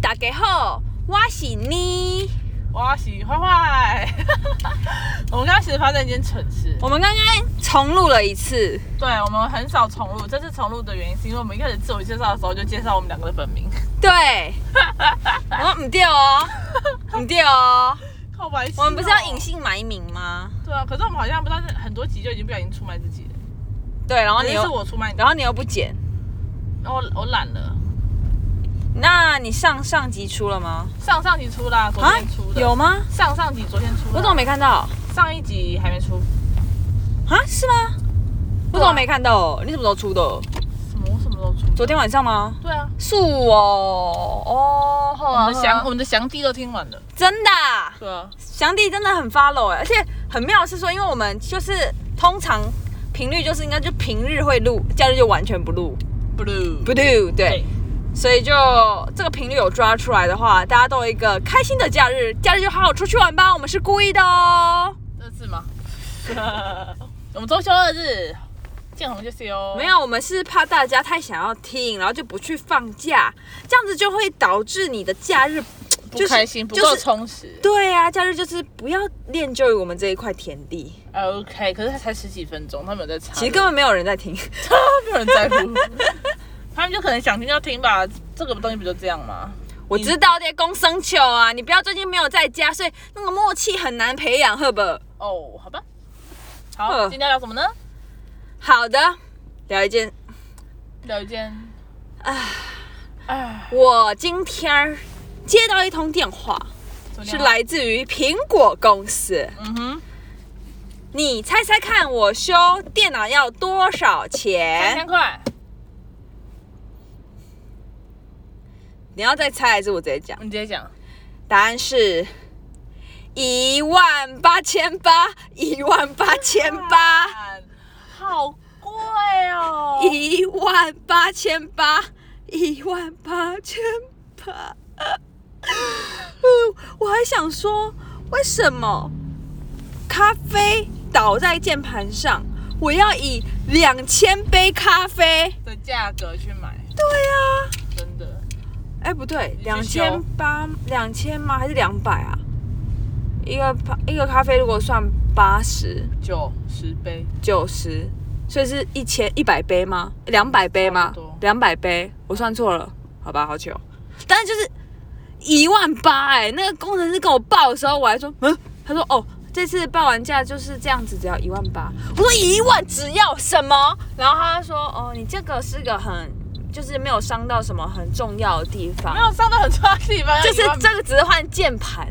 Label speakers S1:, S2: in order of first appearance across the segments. S1: 大家好，我是妮。
S2: 我喜坏坏。 我们刚刚其实发生一件蠢事，
S1: 我们刚刚重录了一次，
S2: 对我们很少重录，这次重录的原因是因为我们一开始自我介绍的时候就介绍我们两个的本名，
S1: 对，我们唔对 哦，唔对 哦，
S2: 好白痴
S1: 我
S2: 哦
S1: 们不是要隐？姓埋名吗？
S2: 对啊，可是我们好像不知道是很多集就已经不小心出卖自己了，
S1: 对，然后
S2: 可
S1: 你
S2: 是是
S1: 又，
S2: 我出卖你，
S1: 然后你又不剪，
S2: 然后我我懒了，
S1: 那你上上集出了吗？
S2: 上上集出啦，昨天出
S1: 啊
S2: 的，
S1: 有吗？
S2: 上上集昨天出啦，
S1: 我怎么没看到？
S2: 上一集还没出？
S1: 啊，是吗？我怎么没看到？你什么时候出的？
S2: 什么？我什么时候出？
S1: 昨天晚上吗？
S2: 对啊，
S1: 是哦，哦，好
S2: 我
S1: 啊
S2: 们
S1: 好
S2: 的
S1: 啊
S2: 详我们的详弟都听完了，
S1: 真的啊、
S2: 对啊，
S1: 祥弟真的很 follow 哎、而且很妙的是说，因为我们就是通常频率就是应该就平日会录，假日就完全不录，
S2: blue
S1: 不录对，，所以就这个频率有抓出来的话，大家都有一个开心的假日，假日就好好出去玩吧，我们是故意的哦。
S2: 这次吗？ 我们周休二日，见红就休。
S1: 没有，我们是怕大家太想要听，然后就不去放假，这样子就会导致你的假日
S2: 不
S1: 就是
S2: 开心，不
S1: 就
S2: 够
S1: 是
S2: 充实。
S1: 对啊，假日就是不要练就于我们这一块田地，
S2: 呃 OK，可是他才十几分钟，他们有在查，
S1: 其实根本没有人在听。
S2: 本没有人在乎， 他们就可能想听就听吧。这个东西不就这样吗？
S1: 我知道在公生球啊，你不要最近没有在家，所以那个默契很难培养，赫本。
S2: 哦，好吧。
S1: 呃
S2: 好，今天要聊什么呢？
S1: 好的，聊一件，
S2: 聊一件，唉
S1: 我今天儿接到一通电话，
S2: 唉，
S1: 是，来自于苹果公司，
S2: 嗯哼，
S1: 你猜猜看，我修电脑要多少
S2: 三
S1: 钱
S2: 千？块，
S1: 你要再猜还是我直接讲？
S2: 你直接讲。
S1: 答案是一万八千八，一万八千八。
S2: 好贵哦，
S1: 一万八千八，一万八千八。嗯，我还想说，为什么咖啡倒在键盘上，我要以两千杯咖啡？
S2: 的价格去买，
S1: 对啊，
S2: 真的。
S1: 哎、不对，两
S2: 你去
S1: 千
S2: 修
S1: 八，两千吗？还是两百啊？一个一个咖啡如果算八十
S2: 九十杯，
S1: 九十，所以是一千一百杯吗？两百杯吗
S2: 差不多？
S1: 两百杯，我算错了，好吧，好糗。但是就是一万八哎，那个工程师跟我报的时候，我还说，嗯，他说哦，这次报完价就是这样子，只要一万八。我说一万只要什么？然后他说，哦，你这个是个很，就是没有伤到什么很重要的地方
S2: 没，有上到很差的地方，
S1: 就是
S2: 要一万
S1: 这个只是换键盘。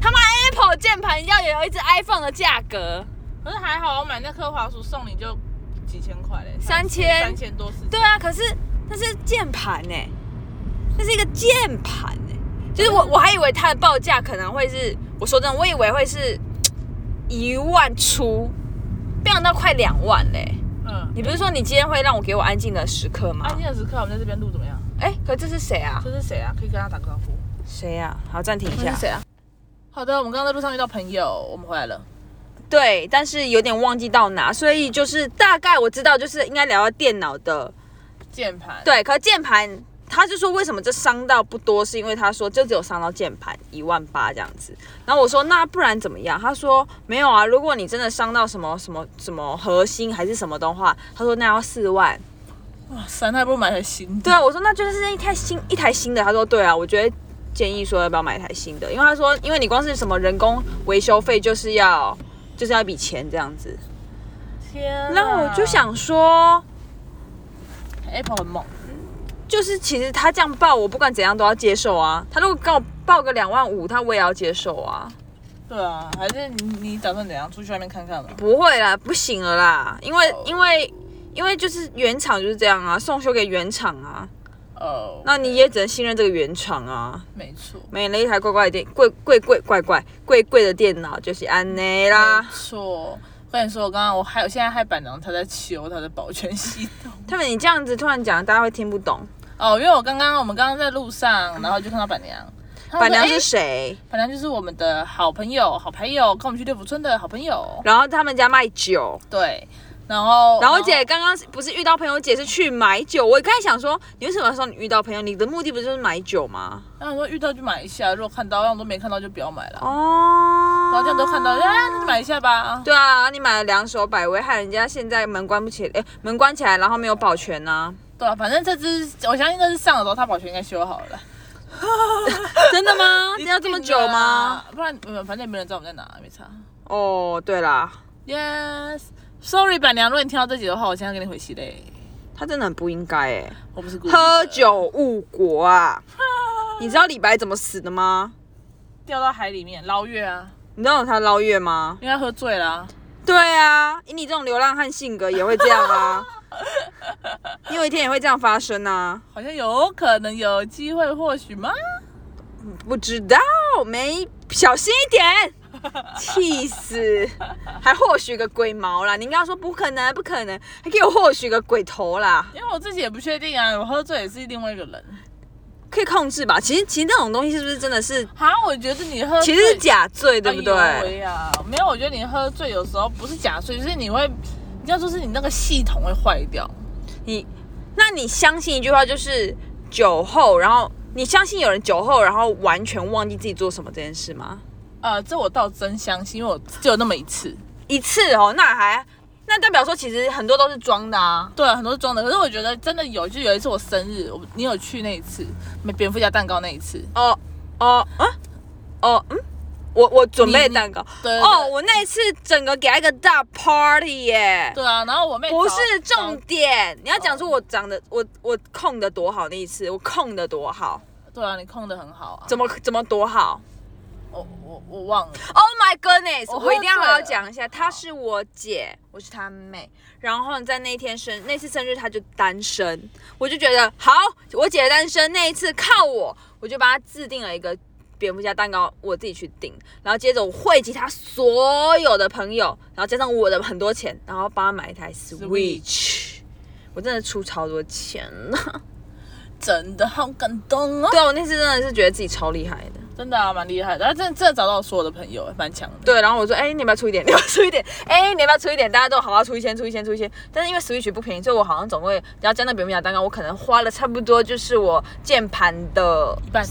S1: 他妈 Apple 键盘要有一只 iPhone 的价格。
S2: 可是还好，我买那颗滑鼠送你就几千块嘞，
S1: 三千
S2: 三千多四千。
S1: 对啊，可是那是键盘呢，那是一个键盘呢。就是我我还以为它的报价可能会是，我说真的，我以为会是一万出，没想到快两万嘞。
S2: 嗯，啊
S1: 你不是说你今天会让我给我安静的时刻吗
S2: 安？静的时刻，我们在这边录怎么样？
S1: 哎、可这是谁啊？
S2: 这是谁啊？可以跟他打个招呼。
S1: 谁呀、啊？好，暂停一
S2: 这
S1: 下
S2: 是。谁啊？好的，我们刚刚在路上遇到朋友，我们回来了。
S1: 对，但是有点忘记到哪，所以就是大概我知道，就是应该聊到电脑的
S2: 键盘，，
S1: 对，可是键盘，他就说为什么这伤到不多，是因为他说就只有伤到键盘一万八这样子。然后我说那不然怎么样？他说没有啊，如果你真的伤到什么什么什么核心还是什么的话，他说那要四万。
S2: 哇塞，那还不如买台新的。
S1: 对啊，我说那就是一台新一台新的。他说对啊，我觉得建议说要不要买一台新的，因为他说因为你光是什么人工维修费就是要就是要一笔钱这样子。
S2: 天啊，
S1: 那我就想说，
S2: Apple 很猛，
S1: 就是其实他这样报，我不管怎样都要接受啊。他如果跟我报个两万五，他我也要接受啊。
S2: 对啊，还是你你打算怎样？出去外面看看吗？
S1: 不会啦，不行了啦，因为
S2: 哦
S1: 因为因为就是原厂就是这样啊，送修给原厂啊，
S2: 哦，
S1: 那你也只能信任这个原厂啊。
S2: 没错，
S1: 买了一台怪怪的电，贵贵贵怪怪贵贵的电脑，就是安内啦
S2: 没。错。我跟你说，我刚刚我还有现在还板娘她在修她的保全系统。
S1: 他们你这样子突然讲，大家会听不懂。
S2: 哦，因为我刚刚我们刚刚在路上，然后就看到板娘，她说
S1: 板娘
S2: 诶
S1: 是谁？
S2: 板娘就是我们的好朋友，好朋友跟我们去六福村的好朋友。哦
S1: 然后他们家卖酒，
S2: 对，然后
S1: 然后姐刚刚不是遇到朋友，姐是去买酒。我刚才想说，你为什么说你遇到朋友？你的目的不就是买酒吗？
S2: 然后说遇到就买一下，如果看到，要都没看到就不要买了。
S1: 哦，
S2: 然后这样都看到，哎、那就买一下吧。
S1: 对啊，你买了两手百威，害人家现在门关不起，哎、门关起来，然后没有保全呐、
S2: 对啊，反正这只我相信这只上的时候，它保全应该修好了。
S1: 真的 吗？你要这么久吗？？
S2: 不然，嗯，反正也没人知道我们在哪，没差。
S1: 啊哦，对啦，
S2: Yes，Sorry，板娘，如果你听到这集的话，我现在跟你回息嘞。
S1: 他真的很不应该哎、
S2: 我不是故意的
S1: 喝酒误国 啊！你知道李白怎么死的吗？
S2: 掉到海里面捞月啊，
S1: 你知道他捞月吗？
S2: 因为他喝醉啦、
S1: 对啊，以你这种流浪汉性格也会这样 啊，你有一天也会这样发生啊？
S2: 好像有可能有机会，或许吗？
S1: 不知道，没小心一 点，气死！还或许个鬼毛啦！你应该说不可能，不可能，还给我或许个鬼头啦，
S2: 因为我自己也不确定啊，我喝醉也是另外一个人。
S1: 可以控制吧？其实其实那种东西是不是真的是？
S2: 哈，我觉得你喝醉
S1: 其实是假醉，对不对？
S2: 呃哎呦喂啊，没有，我觉得你喝醉有时候不是假醉，就是你会，你要说是你那个系统会坏掉。
S1: 你，那你相信一句话就是酒后，然后你相信有人酒后，然后完全忘记自己做什么这件事吗？
S2: 呃，这我倒真相信，因为我只有那么一次。
S1: 一次哦，那还那代表说其实很多都是装的啊。
S2: 对啊，很多是装的，可是我觉得真的有，就有一次我生日，我你有去那一次，没蝙蝠侠蛋糕那一次。
S1: 哦哦啊哦嗯，我我准备
S2: 你
S1: 蛋糕。
S2: 对对
S1: 哦，我那一次整个给他一个大 party 耶。
S2: 对啊，然后我妹
S1: 不
S2: 找
S1: 是重
S2: 找
S1: 点，你要讲出我长得我我控的多好那一次，我控的多好，
S2: 对啊，你控的很好啊。
S1: 怎么怎么多好。
S2: 我我我忘了，
S1: Oh my goodness！
S2: 我
S1: 我
S2: 喝
S1: 一定要好
S2: 醉
S1: 好
S2: 了
S1: 讲一下，她是我姐，我是她妹。然后在那一天生那次生日，她就单身，我就觉得好，我姐单身那一次靠我，我就帮她制定了一个蝙蝠侠蛋糕，我自己去订。然后接着我汇集她所有的朋友，然后加上我的很多钱，然后帮她买一台 Switch。我真的出超多钱了，
S2: 真的好感动哦。
S1: 对啊我那次真的是觉得自己超厉害的。
S2: 真的啊，蛮厉害的，他真的真的找到所有的朋友，蛮强的。
S1: 对，然后我说，哎、你要不要出一点？你要不要出一点？ 哎、你要不要出一点？大家都好好啊出一千，出一千，出一千。但是因为 Switch 不便宜，所以我好像总会，然后加那别米亚蛋糕，我可能花了差不多就是我键盘的，
S2: 一半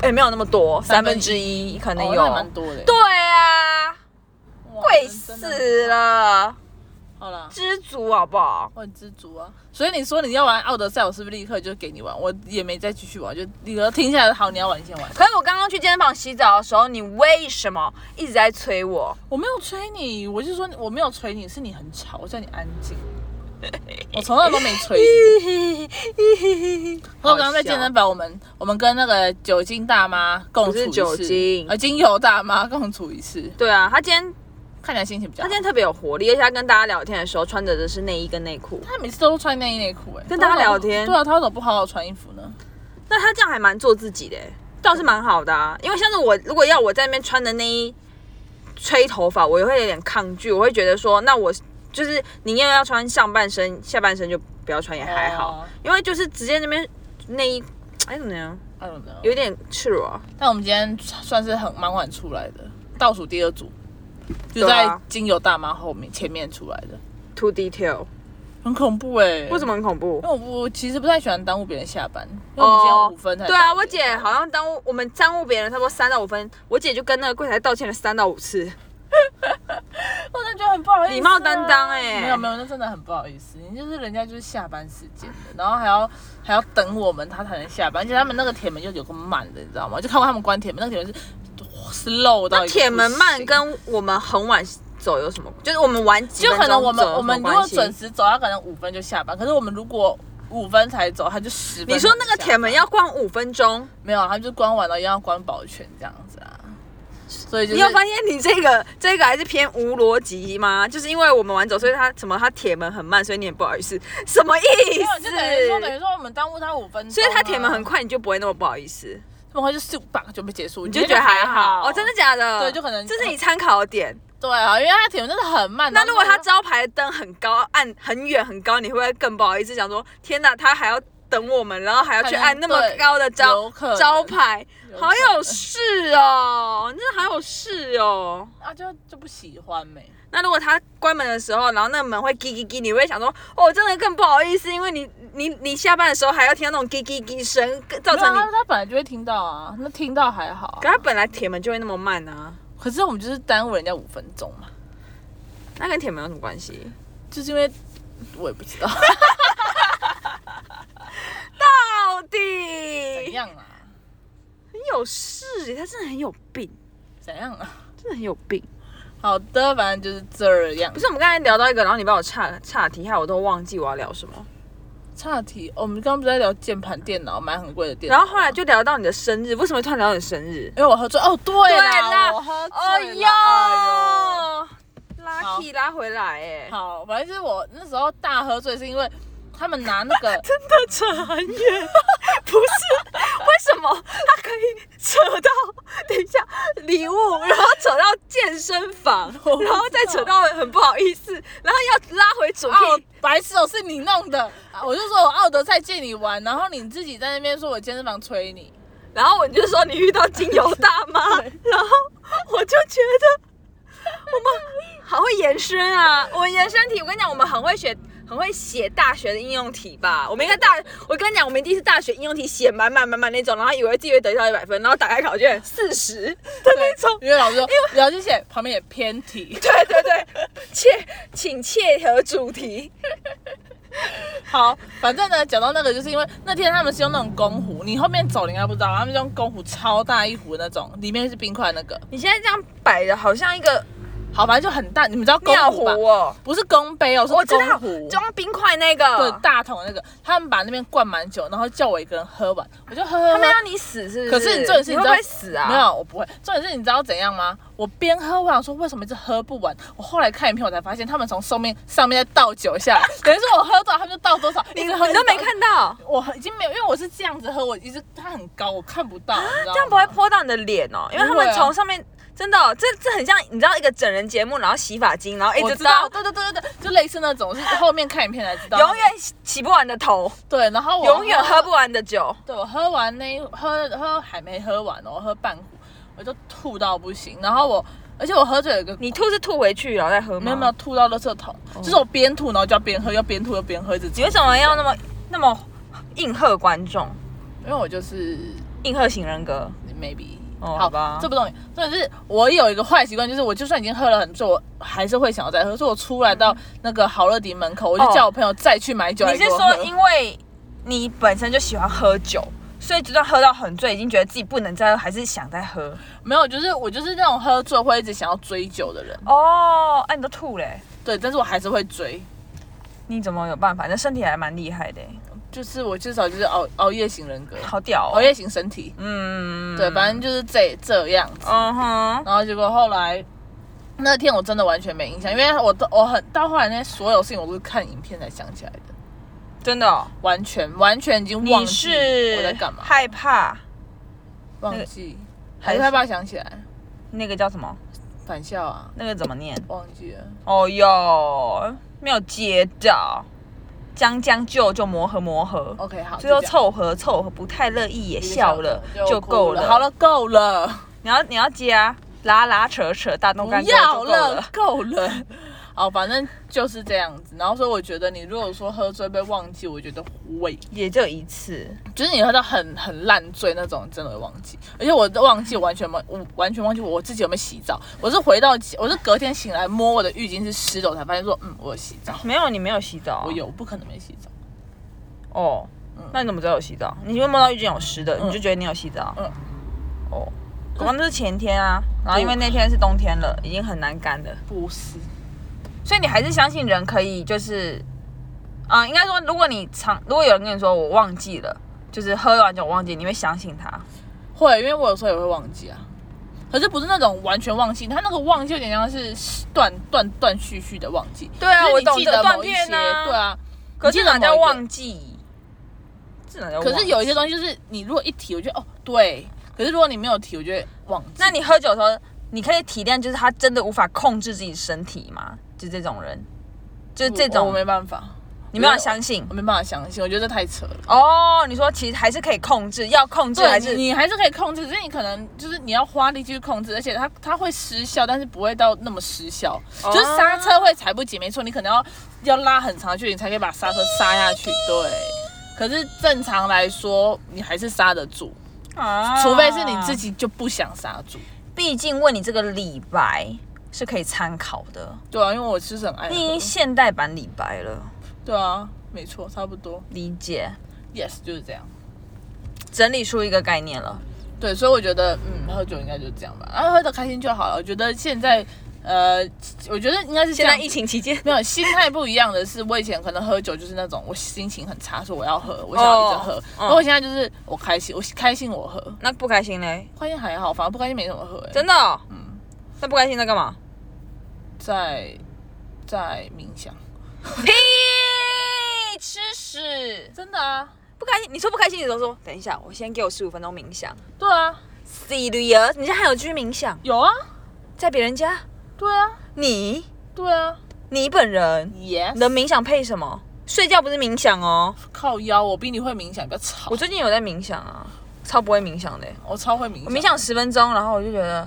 S1: 哎、没有那么多，
S2: 三
S1: 三
S2: 分
S1: 分之一哦可
S2: 可
S1: 能有。
S2: 蛮多的耶，
S1: 对啊，
S2: 哇
S1: 贵
S2: 真的
S1: 死了，
S2: 好啦，
S1: 知足好不好？
S2: 我很知足啊。所以你说你要玩奥德赛，我是不是立刻就给你玩？我也没再继续玩，就立刻停下来。好，你要玩你先玩。
S1: 可是我刚刚去健身房洗澡的时候，你为什么一直在催我？
S2: 我没有催你，我就说我没有催你，是你很吵，我叫你安 静。我从来都没催你。 然后我刚刚在健身房，我们我们跟那个酒精大妈共处一
S1: 不是
S2: 次，
S1: 酒精
S2: 呃，精油大妈共处一次，
S1: 对啊，他今天
S2: 看起来心情比较
S1: 他
S2: 好。
S1: 今天特别有活力，而且他跟大家聊天的时候穿着的是内衣跟内裤。
S2: 他每次都穿内衣内裤，哎，
S1: 跟大家
S2: 他为什么
S1: 聊天
S2: 对啊，他为什么不好好穿衣服呢？
S1: 那他这样还蛮做自己的欸，倒是蛮好的啊。因为像是我，如果要我在那边穿的内衣吹头发，我也会有点抗拒，我会觉得说，那我就是宁愿要穿上半身，下半身就不要穿也还好，
S2: 哦
S1: 因为就是直接那边内衣，哎怎么样，
S2: I don't know。
S1: 有点赤裸啊。
S2: 但我们今天算是很蛮晚出来的，倒数第二组，就
S1: 对啊
S2: 在精油大妈后面前面出来的，
S1: Too detail，
S2: 嗯很恐怖哎、
S1: 为什
S2: 么？
S1: 么很恐怖
S2: 因？为我不我其实不太喜欢耽误别人下班，因为我们今天有五分才到、
S1: 对啊，我姐好像耽误我们耽误别人差不多三到五分，我姐就跟那个柜台道歉了三到五次。
S2: 我真的觉得很不好意思、啊，
S1: 礼貌担当欸
S2: 没有没有，那真的很不好意思，你就是人家就是下班时间的，然后还要还要等我们，他才能下班，而且他们那个铁门就有个慢的，你知道吗？就看过他们关铁门，那个铁门是 slow 到
S1: 那
S2: 一个
S1: 铁门
S2: 不
S1: 慢
S2: 行
S1: 跟我们很晚走有什么？就是我们晚几
S2: 就
S1: 分
S2: 可能
S1: 钟
S2: 我们
S1: 走有
S2: 我
S1: 什么
S2: 们如果
S1: 关系
S2: 准时走，他可能五分就下班，可是我们如果五分才走，他就十分才下班。
S1: 你说那个铁门要关五分钟，
S2: 没有，啊他就关完了，一样关保全这样子啊。所以就
S1: 你有
S2: 是
S1: 发现你这个这个还是偏无逻辑吗？就是因为我们晚走，所以他什么他铁门很慢，所以你也不好意思，什么意
S2: 没有，就等于说
S1: 思？
S2: 等于说我们耽误他五分钟啊、
S1: 所以他铁门很快，你就不会那么不好意思，
S2: 很快就咻吧就被结束，
S1: 你就觉得还好。哦，真的假的？
S2: 对就可能
S1: 这是你参考的点。
S2: 对啊，因为他铁门真的很慢。
S1: 那如果他
S2: 然后
S1: 招牌灯很高，按很远很高，你会不会更不好意思？想说天哪，他还要等我们，然后还要去按那么高的招
S2: 有可 能
S1: 招牌，
S2: 有可
S1: 好
S2: 能
S1: 有事哦！你真的好有事哦。
S2: 啊就就不喜欢没、
S1: 那那如果他关门的时候，然后那个门会叽叽叽，你会想说，哦，真的更不好意思，因为你你你下班的时候还要听到那种叽叽叽声，更造
S2: 没有
S1: 成你
S2: 他。他本来就会听到啊，那听到还好啊、
S1: 可他本来铁门就会那么慢啊，
S2: 可是我们就是耽误人家五分钟嘛，
S1: 那跟铁门有什么关系？
S2: 就是因为我也不知道
S1: 到
S2: 怎
S1: 底
S2: 样 啊，
S1: 很有事耶，他真的很有病，
S2: 怎样啊。
S1: 真的很有病。
S2: 好的，反正就是这样
S1: 不。是我们刚才聊到一个，然后你把我岔岔题，害我都忘记我要聊什么。
S2: 岔题，哦我们刚刚不是在聊键盘电脑，买很贵的电脑，
S1: 然后后来就聊到你的生日，为什么会突然聊到你生日？
S2: 因为我喝醉，哦对
S1: 对啦
S2: 啦，哎我喝醉了，哎呦
S1: 哎呦，lucky 拉回来哎，
S2: 好，反正就是我那时候大喝醉，是因为他们拿那个
S1: 真的扯很远，不是？为什么他可以扯到等一下礼物，然后扯到健身房，
S2: 我不知道
S1: 然后再扯到很不好意思，然后要拉回 主
S2: 奥
S1: 题，
S2: 啊白痴哦，是你弄的，啊我就说我奥德赛借你玩，然后你自己在那边说我健身房催你，
S1: 然后我就说你遇到精油大妈， 然后我就觉得我们好会延伸啊，我们延伸题，我跟你讲，我们很会学。很会写大学的应用题吧？我们应该大，我跟你讲，我们一定是大学应用题写满满满满那种，然后以为自己会得到一百分，然后打开考卷四十的那种。
S2: 因为老师说不要去写，旁边也偏题。
S1: 对对对，切，请切合主题。
S2: 好，反正呢，讲到那个，就是因为那天他们是用那种公壶，你后面走你应该不知道，他们是用公壶超大一壶那种，里面是冰块那个。
S1: 你现在这样摆的，好像一个
S2: 好，反正就很大，你们知道公
S1: 尿
S2: 壶
S1: 壶
S2: 吧？
S1: 哦。
S2: 不是公杯哦，是
S1: 我知
S2: 公
S1: 道
S2: 壶。
S1: 装冰块那个
S2: 对，，大桶那个，他们把那边灌满酒，然后叫我一个人喝完，我就喝喝喝。
S1: 他们要你死是不
S2: 可
S1: 是？
S2: 是你重点是
S1: 你会
S2: 你知
S1: 不
S2: 道
S1: 会死啊？
S2: 没，有，我不会。重点是你知道怎样吗？我边喝，我想说为什么一直喝不完。我后来看影片，我才发现他们从上面上面在倒酒下来， 等于说我喝多少，他们就倒多少，
S1: 你
S2: 一直喝
S1: 你都没。
S2: 一直倒
S1: 看到，
S2: 我已经没有，因为我是这样子喝，我一直它很高，我看不到，你知道吗
S1: 这样不会泼到你的脸哦，因为他
S2: 不会
S1: 们
S2: 啊
S1: 从上面。真的哦、这这很像，你知道一个整人节目，然后洗发精，然后一
S2: 我
S1: 直
S2: 知道，
S1: 到
S2: 对对对对对，就类似那种，是后面看影片才知道。
S1: 永远洗洗不完的头，
S2: 对，然后我
S1: 永远喝不完的酒。
S2: 对，我喝完那一喝喝还没喝完哦，我喝半壶，我就吐到不行。然后我，而且我喝醉有一个
S1: 你吐是吐回去然后再喝吗？
S2: 没有没有，吐到垃圾桶，就是我边吐然后就要边喝，要边吐又边喝，一直
S1: 你为什么要那么那么应和观众？
S2: 因为我就是
S1: 硬核型人格，
S2: maybe。
S1: 哦好吧
S2: 这不重点，重点是我有一个坏习惯，就是我就算已经喝了很醉，我还是会想要再喝。所以我出来到那个好乐迪门口，我就
S1: 哦
S2: 叫我朋友再去买酒来
S1: 你是
S2: 给我喝。
S1: 说因为你本身就喜欢喝酒，所以就算喝到很醉，已经觉得自己不能再喝，还是想再喝？
S2: 没有，就是我就是那种喝醉会一直想要追酒的人，
S1: 哦，哎、你都吐嘞、
S2: 对，但是我还是会追。
S1: 你怎么有办法？那身体还蛮厉害的、欸
S2: 就是我至少就是熬熬夜型人格，
S1: 好屌哦、
S2: 熬夜型身体，
S1: 嗯，
S2: 对，反正就是这这样子。
S1: 嗯哼，
S2: 然后结果后来那天我真的完全没印象，因为我都我很到后来那些所有事情我都是看影片才想起来的，
S1: 真的哦、
S2: 完全完全已经忘
S1: 你
S2: 记
S1: 是
S2: 我在干嘛，
S1: 害怕
S2: 忘记
S1: 还
S2: 还
S1: 是
S2: 是害怕想起来
S1: 那个叫什么？
S2: 返校啊，
S1: 那个怎么念？
S2: 忘记了。
S1: 哦哟，没有接到，将将就就磨合磨合。
S2: OK，好，
S1: 最后
S2: 就这样
S1: 凑合凑合，不太乐意也笑了就
S2: 哭
S1: 够了。
S2: 好，了，够了，
S1: 你要你要接啊，拉拉扯扯，大动
S2: 不
S1: 干戈就
S2: 要
S1: 够
S2: 了
S1: 了。，
S2: 够了。 好，反正就是这样子。然后所以我觉得你如果说喝醉被忘记，我觉得会
S1: 也就一次，
S2: 就是你喝到很很烂醉那种，真的会忘记。而且我都忘记完全没，我完全忘记我自己有没有洗澡。我是回到，我是隔天醒来摸我的浴巾是湿的，我才发现说，嗯，我有洗澡。
S1: 没有你没有洗澡啊、
S2: 我有，不可能没洗澡。
S1: 哦
S2: 嗯。
S1: 那你怎么知道有洗澡？你会摸到浴巾有湿的，
S2: 嗯
S1: 你就觉得你有洗澡。
S2: 嗯
S1: 哦，我刚那是前天啊，然后因为那天是冬天
S2: 嗯
S1: 了，已经很难干了，
S2: 不是，
S1: 所以你还是相信人可以就是，啊、应该说如果你常如果有人跟你说我忘记了，就是喝完酒我忘记，你会相信他。
S2: 会，因为我有时候也会忘记啊。可是不是那种完全忘记，他那个忘记有点像是断断断续续的忘记。
S1: 对啊，
S2: 就是
S1: 我
S2: 你
S1: 懂
S2: 记
S1: 得
S2: 得
S1: 断
S2: 某一些，
S1: 片啊。
S2: 对啊。
S1: 可是
S2: 你记得
S1: 哪叫
S2: 某一个
S1: 忘记？这哪叫忘记？
S2: 可是有一些东西就是你如果一提，我觉得哦对。可是如果你没有提，我就会忘记。
S1: 那你喝酒的时候，你可以体谅，就是他真的无法控制自己身体吗？就这种人，就是这
S2: 我我
S1: 种
S2: 没办法。
S1: 你没有相信
S2: 我没办法相信，我觉得这太扯了。
S1: 哦。你说其实还是可以控制，要控制还
S2: 对，
S1: 是
S2: 你你还是可以控制，只是你可能就是你要花力气去控制，而且它它会失效，但是不会到那么失效，
S1: 哦
S2: 就是刹车会踩不紧，没错，你可能要要拉很长的距离才可以把刹车刹下去，对。可是正常来说，你还是刹得住，
S1: 啊
S2: 除非是你自。己就不想刹住。
S1: 毕竟问你这个李白是可以参考的，
S2: 对啊，因为我其实很爱喝
S1: 你已经现代版李白了，
S2: 对啊，没错，差不多
S1: 理解
S2: ，yes，就是这样。
S1: 整理出一个概念了。
S2: 对，所以我觉得，嗯，喝酒应该就这样吧，然、啊、后喝的开心就好了。我觉得现在，呃，我觉得应该是这
S1: 现
S2: 样
S1: 在疫情期间，
S2: 没有心态不一样的是，我以前可能喝酒就是那种我心情很差，说我要喝，我想要一直喝
S1: 哦。嗯
S2: 然后我现在就是我开心，我开心我喝，
S1: 那不开心嘞？
S2: 开心还好，反而不开心没怎么喝、欸。
S1: 真的、哦？
S2: 嗯
S1: 那不开心在干嘛？
S2: 在在冥想，
S1: 屁！吃屎！
S2: 真的啊，
S1: 不开心，你说不开心，你都说等一下，我先给我十五分钟冥想。
S2: 对啊，
S1: Serious？你家还有居冥想，
S2: 有啊，
S1: 在别人家？
S2: 对啊，
S1: 你
S2: 对啊
S1: 你本人你的
S2: ，yes，
S1: 冥想配什么？睡觉不是冥想哦。
S2: 靠腰，我比你会冥想，不要吵
S1: 我，最近有在冥想啊，超不会冥想的欸。
S2: 我超会冥
S1: 我
S2: 想，
S1: 冥，想十分钟，然后我就觉得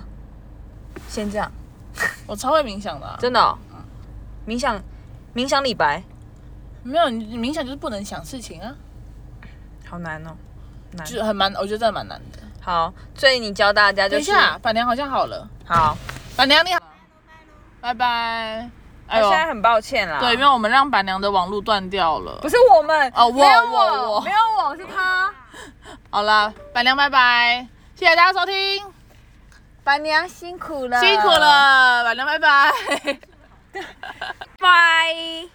S1: 先这样，
S2: 哦我超会冥想的、啊，
S1: 真的哦、冥想，冥想李白，
S2: 没有你你冥想就是不能想事情啊，
S1: 好难哦，难。
S2: 就很蛮，我觉得真的蛮难的。
S1: 好，所以你教大家
S2: 等
S1: 就
S2: 一
S1: 是
S2: 下，板娘好像好了，
S1: 好。
S2: 板娘你好，拜拜，
S1: 那
S2: 哎呦
S1: 现。在很抱歉啦，
S2: 对，因为我们让板娘的网路断掉了
S1: 不。是我们
S2: 哦我
S1: 没有
S2: 我我
S1: 没有我是他，
S2: 好了，板娘拜拜，谢谢大家收听，
S1: 板娘辛苦了，
S2: 辛苦，了，板娘拜拜。
S1: 拜。